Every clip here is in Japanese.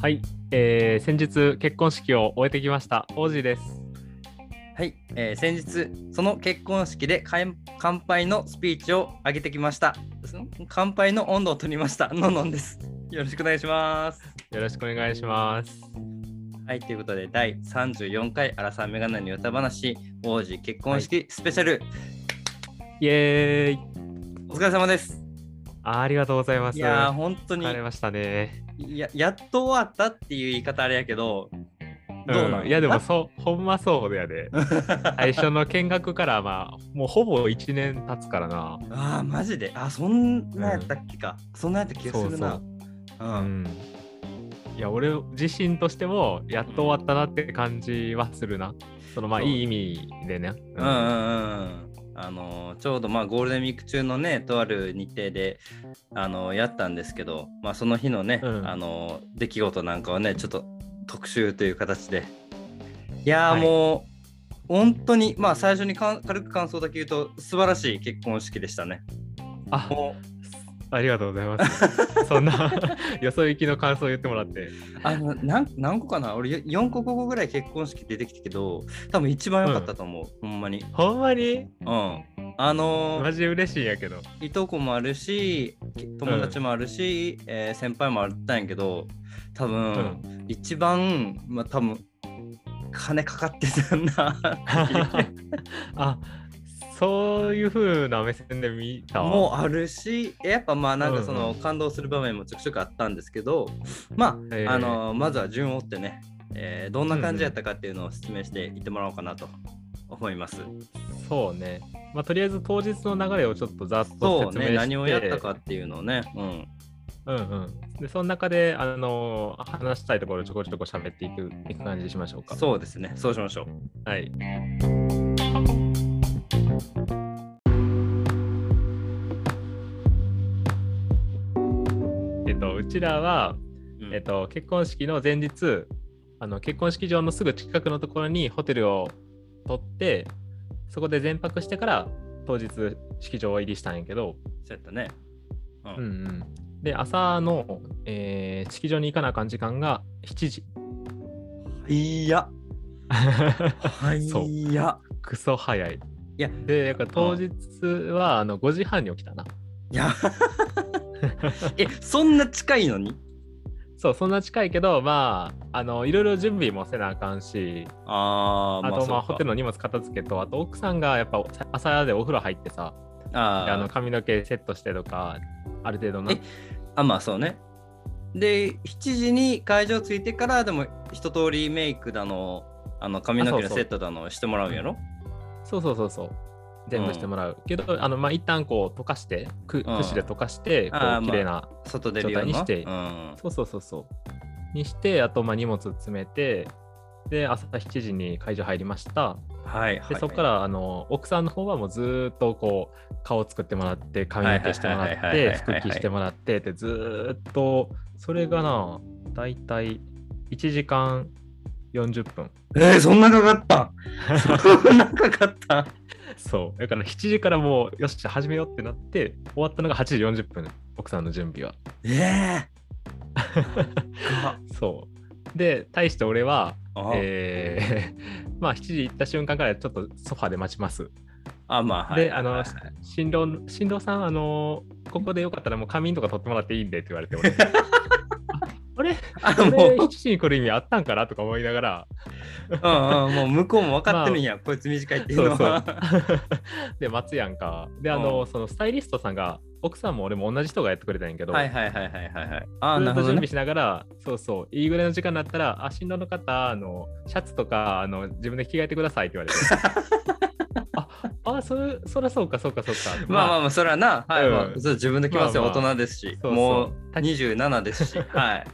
はい、えー、先日結婚式を終えてきました王子ですはい、えー先日その結婚式で乾乾杯のスピーチを上げてきました。その乾杯の温度を取りました。のんのんです。よろしくお願いします。よろしくお願いしますはい、ということで第34回アラサーメガネの歌話王子結婚式スペシャル、イエーイお疲れ様です。あーありがとうございますいやー本当に疲れましたねややっと終わったっていう言い方あれやけ ど、どうなん、いやでもそうほんまそうやで最初の見学からまあもうほぼ1年経つからなああマジであそんなやったっけか、そんなやった気がするなそううんんいや俺自身としてもやっと終わったなって感じはするなそのまあそういい意味でねうんうんうんあのーちょうどまあゴールデンウィーク中のねとある日程であのーやったんですけど、まあ、その日のね、うんあのー出来事なんかはねちょっと特集という形でいやー、はいもう本当にまあ最初にかん軽く感想だけ言うと素晴らしい結婚式でしたね。あもありがとうございます。そんな よそ行きの感想を言ってもらって。うあの何何個かな俺4個5個ぐらい結婚式出てきたけど多分一番良かったと思う、ほんまに。ほんまにうん、あのーマジ嬉しいんやけど。いとこもあるし友達もあるし、えー先輩もあったんやけど多う分、ん。一番まあ多分金かかってたな あそういう風な目線で見たわもうあるしやっぱまあなんかそうんの感動する場面もちょくちょくあったんですけどまあ、えーあのまずは順を追ってね、えーどんな感じやったかっていうのを説明していってもらおうかなと思います。そうね。まあ、とりあえず当日の流れをちょっとざっそとう説明して。ね何をやったかっていうのをね、うん、うんうん。で、その中で、あの話したいところちょこちょこ喋っていくいく感じにしましょうか。そうですねそうしましょう。はい。えっと、うちらは、うんえっと、結婚式の前日あの結婚式場のすぐ近くのところにホテルを取ってそこで全泊してから当日式場入りしたんやけど、そうやったね。うんうんうん、で朝の、えー式場に行かなあかん時間が7時 いや、はいそうや。クソ早いいやでやっぱ当日はあの5時半に起きたないや。 え、そんな近いのにそうそんな近いけどまああのいろいろ準備もせなあかんしあーあとまあホテルルの荷物片付けとあと奥さんがやっぱ朝でお風呂入ってさあであのー髪の毛セットしてとかある程度のえあ、まあそうね。で、7時に会場着いてからでも一通りメイクだの、あの髪の毛あそのうそうセットだのしてもらうんやろそうそうそうそう全部してもらう、けどあのまあ一旦こう溶かしてくうん櫛で溶かしてこあーまあう綺麗な、外出るような。状態にしてうんそうそうそうそうにしてあとまあ荷物詰めてで朝7時に会場入りましたはい、はい。でそこかららあの奥さんの方はもうずーっとこう顔作ってもらって髪の毛してもらっはいはいはいはいてはいはい服着してもらってってずーっとそれがな大体1時間40分えー、そんなかかったそんなかかったそう。だから7時からもう、よっしゃ、始めようってなって、終わったのが8時40分、奥さんの準備は。 えそう。で、対して俺は、ー、 あ、 えー まあ7時行った瞬間からちょっとソファで待ちます。あ、まあ、はい。で、あの、新郎の、新郎さん、あの、ここでよかったらもう仮眠とか取ってもらっていいんでって言われて、 俺。ああれあこれもう7時に来る意味あったんかなとか思いなが ら、うんうん、もう向こうも分かってるんや、こいつ短いっていうそのうそうは。。で、待つやんか。で、あの、そのスタイリストさんが、奥さんも俺も同じ人がやってくれたんやけど、 はいはいはいはいはいはい。ああ、ずなっとるほど、準ね備。しながら、そうそう、いいぐらいの時間になったら、あ、新郎の方、あの、シャツとか、あの、自分で着替えてくださいって言われて。 あ、あ、それ、そらそうか、そうか、そうか。まあまあまあ、それはな、はい、うんまあ、それは自分で来ますよ、まあまあ大人ですし、そうそうもう27で すし、はい。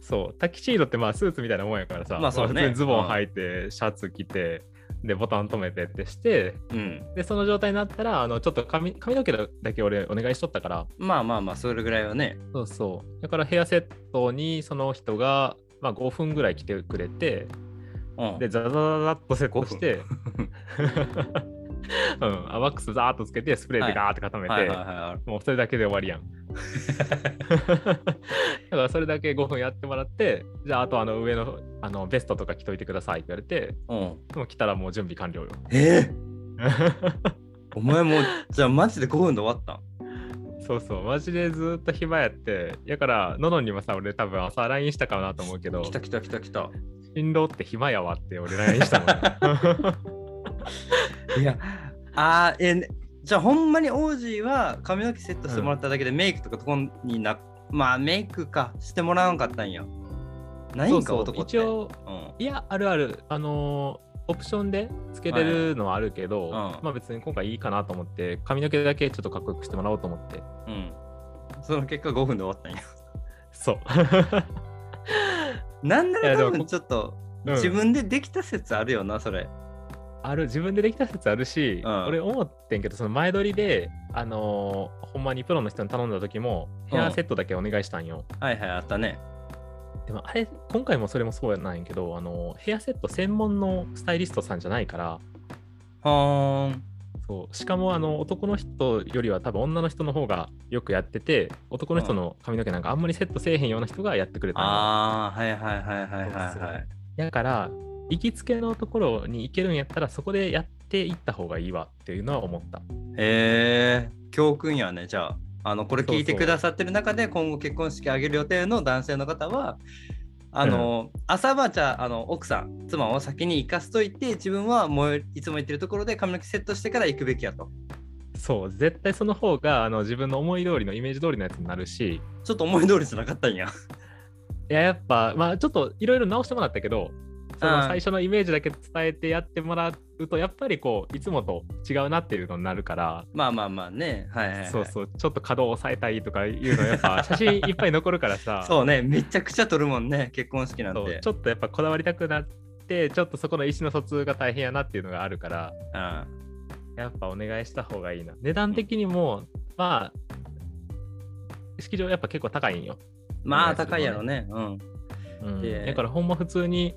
そう、タキシードって、まあ、スーツみたいなもんやからさ、まあそうね普通にズボン履いて、シャツ着て、で、ボタン止めてってして、うん。で、その状態になったら、あの、ちょっと髪髪の毛だけ俺、お願いしとったから、まあまあまあ、それぐらいはね。そうそう。だから、ヘアセットに、その人が、まあ、5分ぐらい来てくれて、うん。で、ザザザザっとセットして、うん、あワックスザーっとつけて、スプレーでガーって固めて、はいはいは い。もうそれだけで終わりやん。だからそれだけ5分やってもらって、じゃああとあの上のあのベストとか着といてくださいって言われて、うん。もう着たらもう準備 完了よ。えーお前もう、じゃあマジで5分で終わったんそうそう、マジでずっと暇やって、やから、ののんにもさ、俺多分朝 LINE したかなと思うけど来、た来た来た来た。新郎って暇やわって俺 LINE したもん な。いや、あーえーじゃあほんまに王子は髪の毛セットしてもらっただけで、メイクとかとこんにな、まあメイクか、してもらわんかったんや。ないんかそうそう男って。一応、ういん、や、あるある、あのーオプションでつけれるのはあるけど、はいうんまあ別に今回いいかなと思って、髪の毛だけちょっとかっこよくしてもらおうと思って。うん。その結果5分で終わった んや。そう。なんないらやでも多分ちょっと、うん自分でできた説あるよな、それ。ある自分でできた説あるし、うん俺思ってんけどその前撮りで、あのーほんまにプロの人に頼んだ時もヘアセットだけお願いしたんよ、はいはい、あったね。でもあれ今回もそれもそうやなんやけどあのヘアセット専門のスタイリストさんじゃないからはーん。そうしかもあの男の人よりは多分女の人の方がよくやってて男の人の髪の毛なんかあんまりセットせえへんような人がやってくれたんよああ、はいはいはいはいはいはい。だから行きつけのところに行けるんやったらそこでやっていった方がいいわっていうのは思ったへえ、教訓やね、じゃあ。あのこれそうそう聞いてくださってる中で今後結婚式あげる予定の男性の方はあの、朝はじゃああの奥さん妻を先に行かせといて自分はもういつも行ってるところで髪の毛セットしてから行くべきやとそう絶対その方があの自分の思い通りのイメージ通りのやつになるしちょっと思い通りじゃなかったんや いややっぱまあちょっといろいろ直してもらったけどそうんの最初のイメージだけ伝えてやってもらうとやっぱりこういつもと違うなっていうのになるから、まあまあまあねはいはい、はい、そうそうちょっと稼働を抑えたいとかいうのやっぱ写真いっぱい残るからさ そうねめちゃくちゃ撮るもんね結婚式なんそてうちょっとやっぱこだわりたくなってちょっとそこの意思の疎通が大変やなっていうのがあるからうんやっぱお願いした方がいいな値段的にもまあ式場やっぱ結構高いんよまあ高いやろねうんうんでだからほんま普通に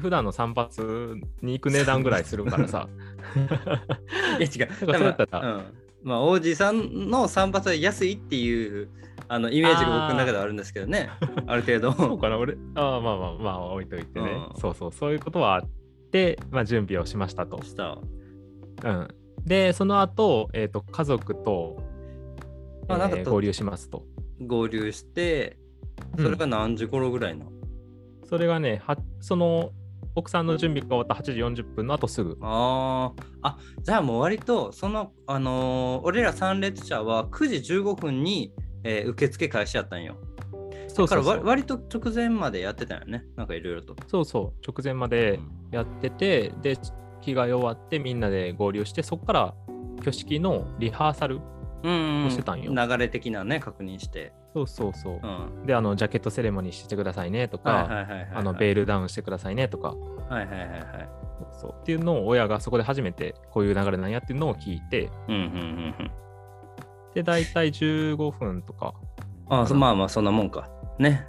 普段の散髪に行く値段ぐらいするから さいや違う。 なんかそうやったらうん、まあ、王子さんの散髪は安いっていうあのイメージが僕の中ではあるんですけど ね、ある程そう度。かな俺ああまあまあまあ置いといてね、うんそうそうそういうことはあって、まあ、準備をしましたと、したうん、でその後、えー、と家族と,、あなんかえーと合流しますと合流して、それが何時頃ぐらいの、うんそれがねはその奥さんの準備が終わった8時40分の後すぐあーあじゃあもう割とその、あのー俺ら参列者は9時15分に、えー受付開始やったんよ。そうそだからうそわう割と直前までやってたよねなんかいろいろと。そうそう直前までやっててで着替え終わってみんなで合流してそこから挙式のリハーサルうんうん、してたんよ流れ的なね確認して。そうそうそうう、んであのジャケットセレモニーしてくださいねとか、はいはいはいはいはいあのベールダウンしてくださいねとかはいはいはいはい。そうそうっていうのを親がそこで初めてこういう流れなんやっていうのを聞いてうんうんうんうん。で大体15分とかあそうんまあまあそんなもんか。ね。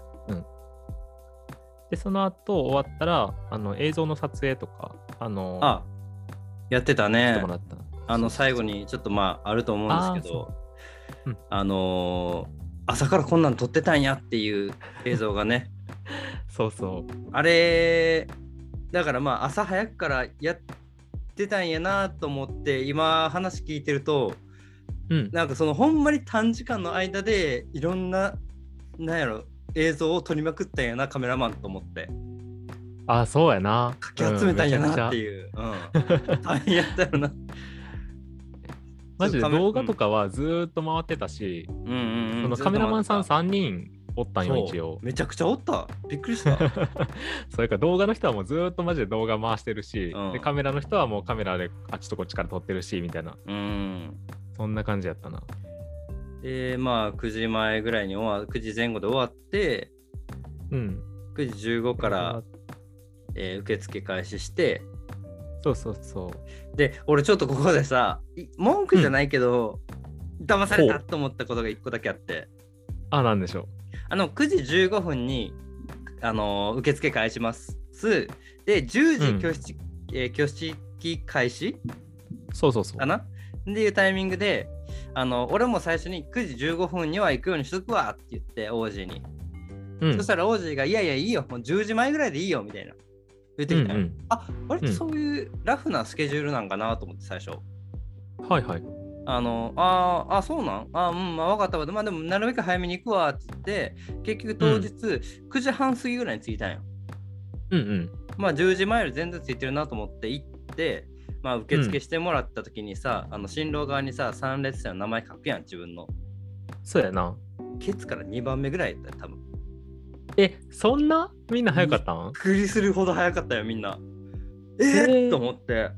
でその後終わったらあの映像の撮影とかあのあやってたしてねも。らったあの最後にちょっとまああると思うんですけどあーそううんあのー朝からこんなん撮ってたんやっていう映像 がねそうそうあれだからまあ朝早くからやってたんやなと思って今話聞いてるとうんなんかそのほんまに短時間の間でいろんななんやろ映像を撮りまくったんやなカメラマンと思ってあそうやなかき集めたんやうめちゃなっくてちゃいう、うん、大変やったよなマジでカメ動画とかはずーっと回ってたし、うんうんうんそのカメラマンさんずっと3人おったんよ待ってた一応そうめちゃくちゃおったびっくりしたそれから動画の人はもうずーっとマジで動画回してるし、うんでカメラの人はもうカメラであっちとこっちから撮ってるしみたいな うんそんな感じやったなでまあ9時前ぐらいに終わ9時前後で終わってうん9時15から、えー受付開始してそうそうそうで俺ちょっとここでさい文句じゃないけど、騙されたと思ったことが1個だけあってあなんでしょあの9時15分にあのー受付開始ますで10時挙式、えー挙式開始うそうそうそうかなっていうタイミングで、あの俺も最初に9時15分には行くようにしとくわって言って王子に、うんそしたら王子が「いやいやいいよもう10時前ぐらいでいいよ」みたいな言ってきたの、うんうんあ割うとんそういうラフなスケジュールなんかなと思って最初はいはい。あのあーあそうなんあーうんまあ分かったわまあでもなるべく早めに行くわって言って結局当日9時半過ぎぐらいに着いたんよ、うんうん。まあ10時前より全然ついてるなと思って行って、まあ、受付してもらった時にさ、あの新郎側にさ参列者の名前書くやん自分のそうやな。ケツから2番目ぐらいだったよ多分びっえ、そんなみんな早かったんくりするほど早かったよみんなえへー、ーと思って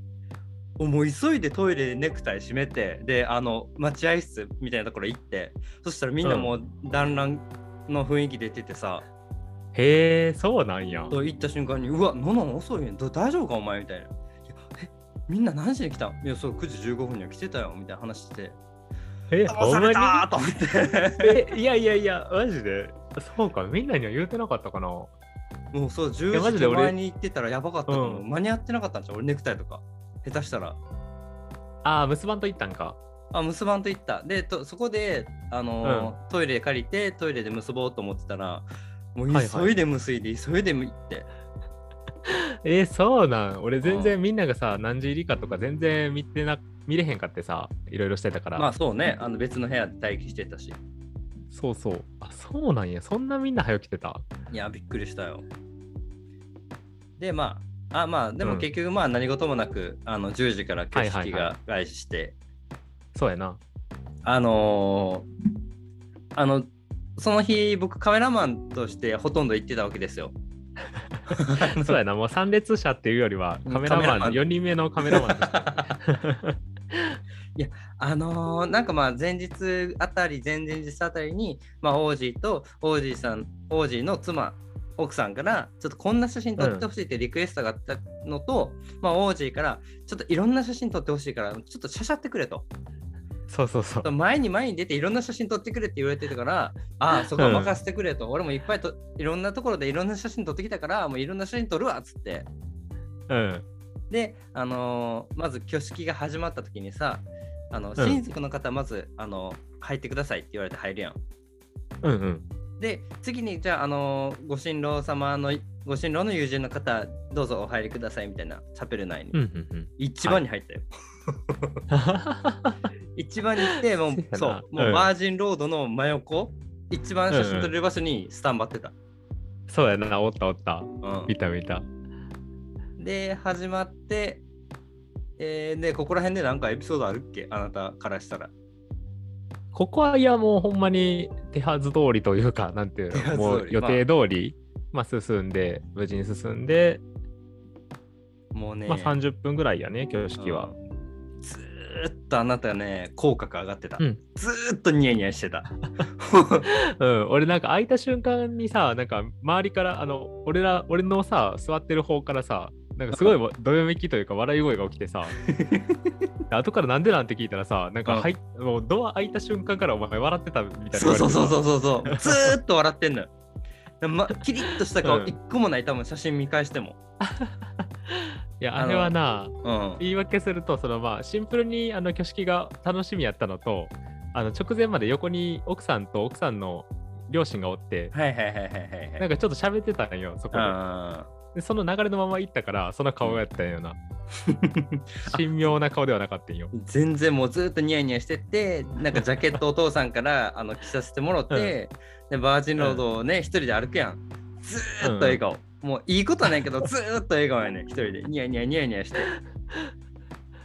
もう急いでトイレでネクタイ締めてであの待合室みたいなところ行ってそしたらみんなもう団らんの雰囲気出ててさ、へえ、そうなんや。と行った瞬間に「うわのの遅いねんど大丈夫かお前」みたいな「いやえみんな何時に来たんいやそう9時15分には来てたよ」みたいな話しててえ、 「騙ほさんまれにた!」と思ってえ、いやいやいや、マジで。そうか、みんなには言うてなかったかな。もうそうやマ10ジ時で俺前に行ってたらやばかったと思う、う間に合ってなかったんじゃう俺ネクタイとか下手したらああ、結ばんと言ったんか。あ結ばんと行ったでとそこで、あのートイレ借りてトイレで結ぼうと思ってたらもうはいはい急いで結いで、急いで行ってえーそうなん。俺全然みんながさ、何時入りかとか全然見てな、見れへんかってさ、いろいろしてたから。まあそうねあの別の部屋で待機してたしそうそう。あ、そうなんや。そんなみんな早起きてた。いや、びっくりしたよ。で、まあ、あまあ、でうもん結局、まあ、何事もなく、あの10時から景はい色はいはが開始して、そうや な。あのーあの、その日、僕、カメラマンとしてほとんど行ってたわけですよ。そうやな。もう参列者っていうよりは、うんカメラカメラママン、ン4人目のカメラマンとして。 あのーなんかまあ、前日あたり、前々日あたりに、まあ、王子と王子さん、王子の妻、奥さんから、ちょっとこんな写真撮ってほしいってリクエストがあったのと、まあ、王子から、ちょっといろんな写真撮ってほしいから、ちょっとしゃしゃってくれと。そうそうそう。前に前に出ていろんな写真撮ってくれって言われてたから、ああ、そこは任せてくれと、俺もいっぱいといろんなところでいろんな写真撮ってきたから、もういろんな写真撮るわっつって。うん。で、あのーまず挙式が始まった時にさ、あのん親族の方、まず、あの入ってくださいって言われて入るやん。うんうん。で、次に、じゃあ、あのーご新郎様の、ご新郎の友人の方、どうぞお入りくださいみたいな、チャペル内に。うんうん うん。一番に入ったよ。一番に行って、そもうやう、なそう、もううんバージンロードの真横、一番写真撮れる場所にスタンバってた。そうやな。おったおった。うん見た見た。で、始まって、えーで、ここら辺でなんかエピソードあるっけあなたからしたら。ここはいやもうほんまに手はず通りというか、なんていう手はず通の、りもう予定通り、まあ進んで、無事に進んで、もうね、まあ30分ぐらいやね、挙式は。うんずーっとあなたね、口角上がってた。うんずーっとニヤニヤしてた。うん、俺なんか開いた瞬間にさ、なんか周りから、あの、俺ら、俺のさ、座ってる方からさ、なんかすごいどよめきというか笑い声が起きて さ、で後からなんでなんて聞いたらさ、なんか入っ、もうドア開いた瞬間からお前笑ってたみたいな。。そうそうそうそううそうそう。 ずーっと笑ってんのよ。でま、キリッとしたう顔、ん一個もない、多分写真見返しても。いや、あれはな、うん。言い訳するとそのまあシンプルにあの挙式が楽しみやったのとあの直前まで横に奥さんと奥さんの両親がおってはいはいはいはいはいはい。なんかちょっと喋ってたんよそこであでその流れのまま行ったからその顔やったんよ なー神妙な顔ではなかったんよ全然もうずっとニヤニヤしててなんかジャケットお父さんから あの着させてもらって、でバージンロードをね一人で歩くやんずーっと笑顔、もういいことないけどずーっと笑顔やね一人でニヤニヤニヤニヤして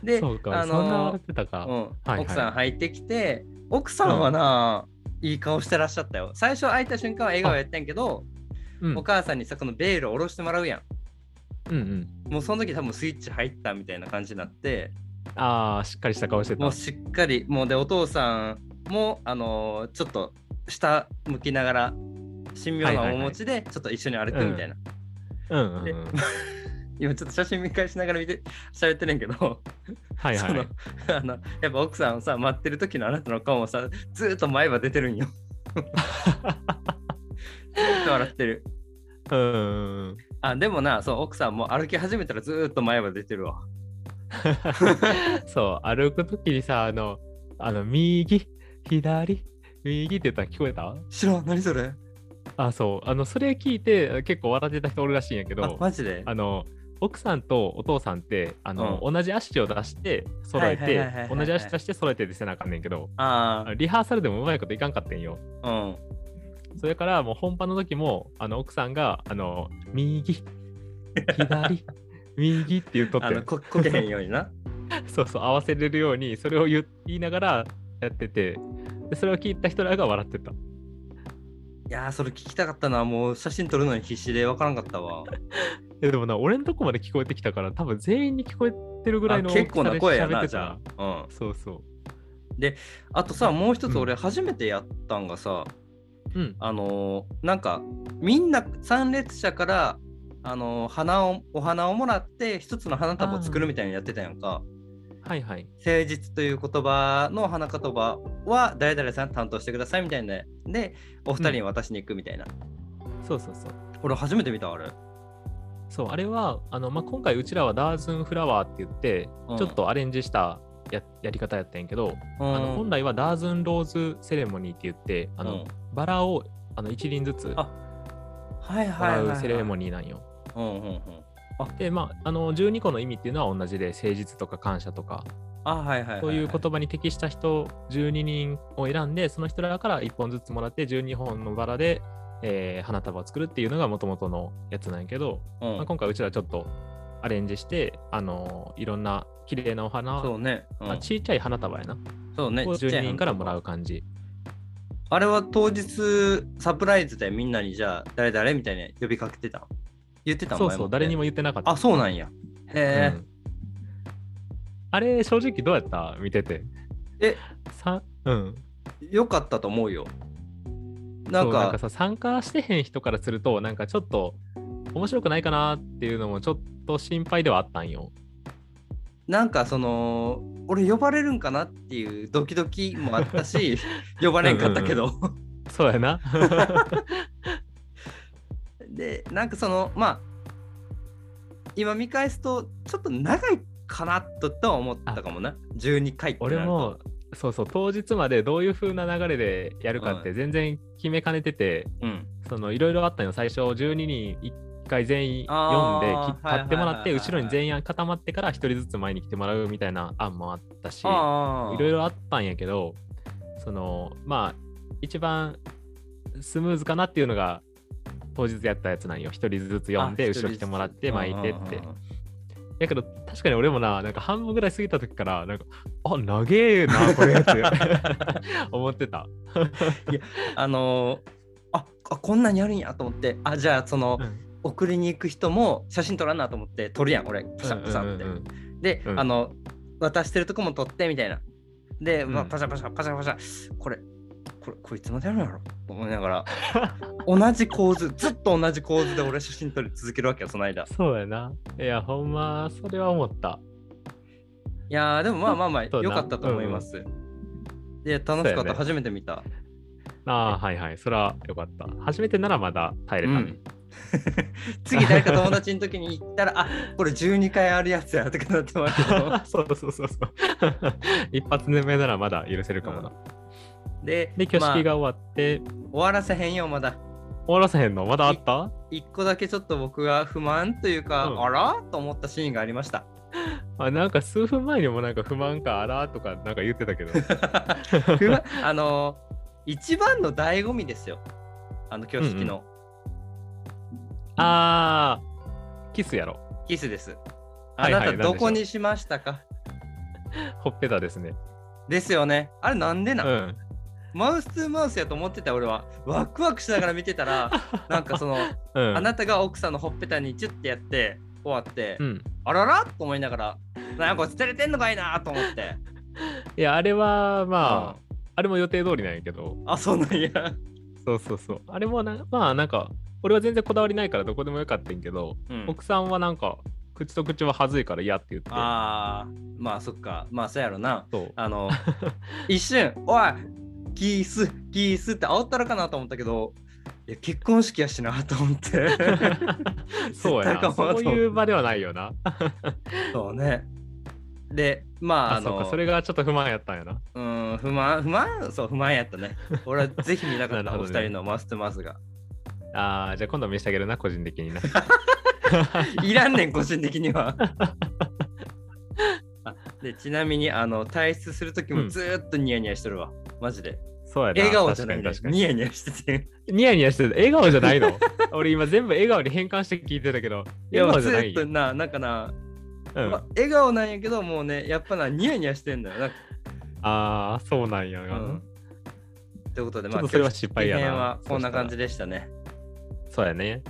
でそうか、あそんな笑のってたか、うんはい奥さん入ってきて奥さんはな、いい顔してらっしゃったよ最初会えた瞬間は笑顔やったんやけど、うん、お母さんにさこのベールを下ろしてもらうやんうんうんもうその時多分スイッチ入ったみたいな感じになってああしっかりした顔してたもうしっかりもうでお父さんもあのーちょっと下向きながら神妙な面持ちでちょっと一緒に歩くみたいな、うんうん うん今ちょっと写真見返しながら見て喋ってるんやけど、はいはそのいあのやっぱ奥さんをさ待ってる時のあなたの顔もさずーっと前歯出てるんよ ずーっと笑ってるうんうんうんあでもなそう奥さんも歩き始めたらずーっと前歯出てるわそう歩く時にさあのあの、右、左、右って言ったら聞こえた知らん何それあ、そう。あの、それ聞いて結構笑ってた人おるらしいんやけあど、マジであの、奥さんとお父さんってあの、同じ足を出して揃えはいはいはいはいはいてはい同じ足出して揃えてでせなあかんねんけどああのリハーサルでもうまいこといかんかってんよあうんそれからもう本番の時もあの奥さんがあの右 左右って言うとっあてのここけへんようにな そうそう合わせれるようにそれを言う言いながらやっててでそれを聞いた人らが笑ってたいやーそれ聞きたかったなもう写真撮るのに必死でわからんかったわえでもな俺のとこまで聞こえてきたから多分全員に聞こえてるぐらいのあ結構な声や大なきじゃさで喋ってあ、うん、たそうそあとさもう一うつん俺初めてやったんがさ、ううんあのーなんかみんな参列者からあのー花をお花をもらって一つの花束を作るみたいにやってたやんかはいはい誠実という言葉の花言葉は誰々さん担当してくださいみたいなでお二人に渡しに行くみたいな、そうそうそう俺初めて見たあれそうあれはあの、まあ、今回うちらはダーズンフラワーって言って、うんちょっとアレンジしたややり方やったんやけど、あの本来来はダーズンローズセレモニーって言ってあの、バラをあの1輪ずつもあはいはいらはい、はうい、セレモニニーなんよ。ー、うんうんうん、でまああの12個の意味っていうのは同じで誠実とか感謝とかあはいはいはい、はい、そういう言葉に適した人12人を選んでその人らから1本ずつもらって12本のバラで、えー花束を作るっていうのがもともとのやつなんやけど、うんまあ、今回うちらちょっとアレンジして、あのいろんな綺麗なお花そうね、うんあちっちゃい花束やな、そうねをちっちゃ12い人からもらう感じあれは当日サプライズでみんなにじゃあ誰誰みたいな呼びかけてたの言ってたのそうそう誰にもも言ってなかったあそうなんやへうんあれ正直どうやった見ててえさうんえ、よかったと思うよなそんうかさ参加してへん人からするとなんかちょっと面白くないかなっていうのもちょっと心配ではあったんよ。なんかその俺呼ばれるんかなっていうドキドキもあっ たし呼ばれんかったけどそうや な。でなんかそのまあ今見返すとちょっと長いかなととは思ったかもな12回ってなる俺ともそうそう当日までどういう風な流れでやるかって全然決めかねてて、うんそのいろいろあったのよ最初12人1回全員読んであーき買ってもらってはいはいはいはい後ろに全員固まってから1人ずつ前に来てもらうみたいな案もあったし。ああいろいろあったんやけど、そのまあ、一番スムーズかなっていうのが当日やったやつなんよ。一人ずつ読んで、あ後ろ来てもらって、巻いてっ。一人ずてつうんうんうん。やけど、確かに俺もな、なんか半分ぐらい過ぎた時から、なんか、あ、長えな、これ って思ってた。あのーああこんなにあるんやと思ってあじゃあその、うん送りに行く人も写真撮らんなと思って撮るやん俺パシャパシャって。うんうんで、うんあの渡してるとこも撮ってみたいな。で、まあうんパシャパシャパシャパシャこれこれこれいつまでやるんやろと思いながら 同じ構図ずっと同じ構図で俺写真撮り続けるわけよその間。そうやな。いや、ほんま、それは思った。いやーでもまあまあまあそう良だなかったと思います。で楽しかそうやったね初めて見た。ああ、はいはい。そら、よかった。初めてならまだ耐えれたね。うん次誰か友達の時に行ったらあこれ12回あるやつやとかなってもらう けど そうそうそうそう。一発目ならまだ許せるかもな。でで、挙式まあが終わって、終わらせへんよまだ終わらせへんのまだあった一個だけちょっと僕が不満というか、うんあらと思ったシーンがありま したあなんか数分前にもなんか不満かあらーとかなんか言ってたけ ど。不満あの一番の醍醐味ですよあの挙式のあー、キスやろ。キスです、はいはいあなたどこ何でしにしましたかほっぺたですね。ですよねあれなんでうなん、ん。マウス2マウスやと思ってた俺はワクワクしながら見てたらなんかその うん。あなたが奥さんのほっぺたにチュッてやって終わって、うん、あららと思いながらなんか捨てれてんのかいなと思っていや、あれはまあ、ああれも予定通りなんやけど。あそうなんやそうそうそう。あれもな、まあなんか、俺は全然こだわりないからどこでもよかったんやけど、うん奥さんはなんか、口と口ははずいから嫌って言って。ああまあそっかまあそうやろな そう。 あの一瞬「おいキースキース」って煽ったらかなと思ったけどいや結婚式やしなと思ってそうや 絶対かな。もなとそ思うっていう場ではないよな。そうねで、まあ、あ、あそうの、か、それがちょっと不満やったんやな。うん、不満、不満、そう、不満やったね。俺はぜひ見なか っなた、るほお二どね人のマストマスが。ああ、じゃあ今度見せてあげるな、個人的に な。いらんねん、個人的に は。あでちなみに、あの、退出するときうもんずーっとニヤニヤしてるわ。マジで。そうやな。笑顔じゃない確ねかに確かにニヤニヤしてて。ニヤニヤしてた。笑顔じゃないの 俺今全部笑顔に変換して聞いてたけど、いや、笑顔じずゃなーっいとよ。な、なんかな、うん、まあ笑顔なんやけど、もうね、やっぱな、ニヤニヤしてんだよ。なんかあー、そうなんやな、うんということで、ちょっまあ、とそれは失敗や今日な。はこんな感そじうでしたね。したら。そうやね。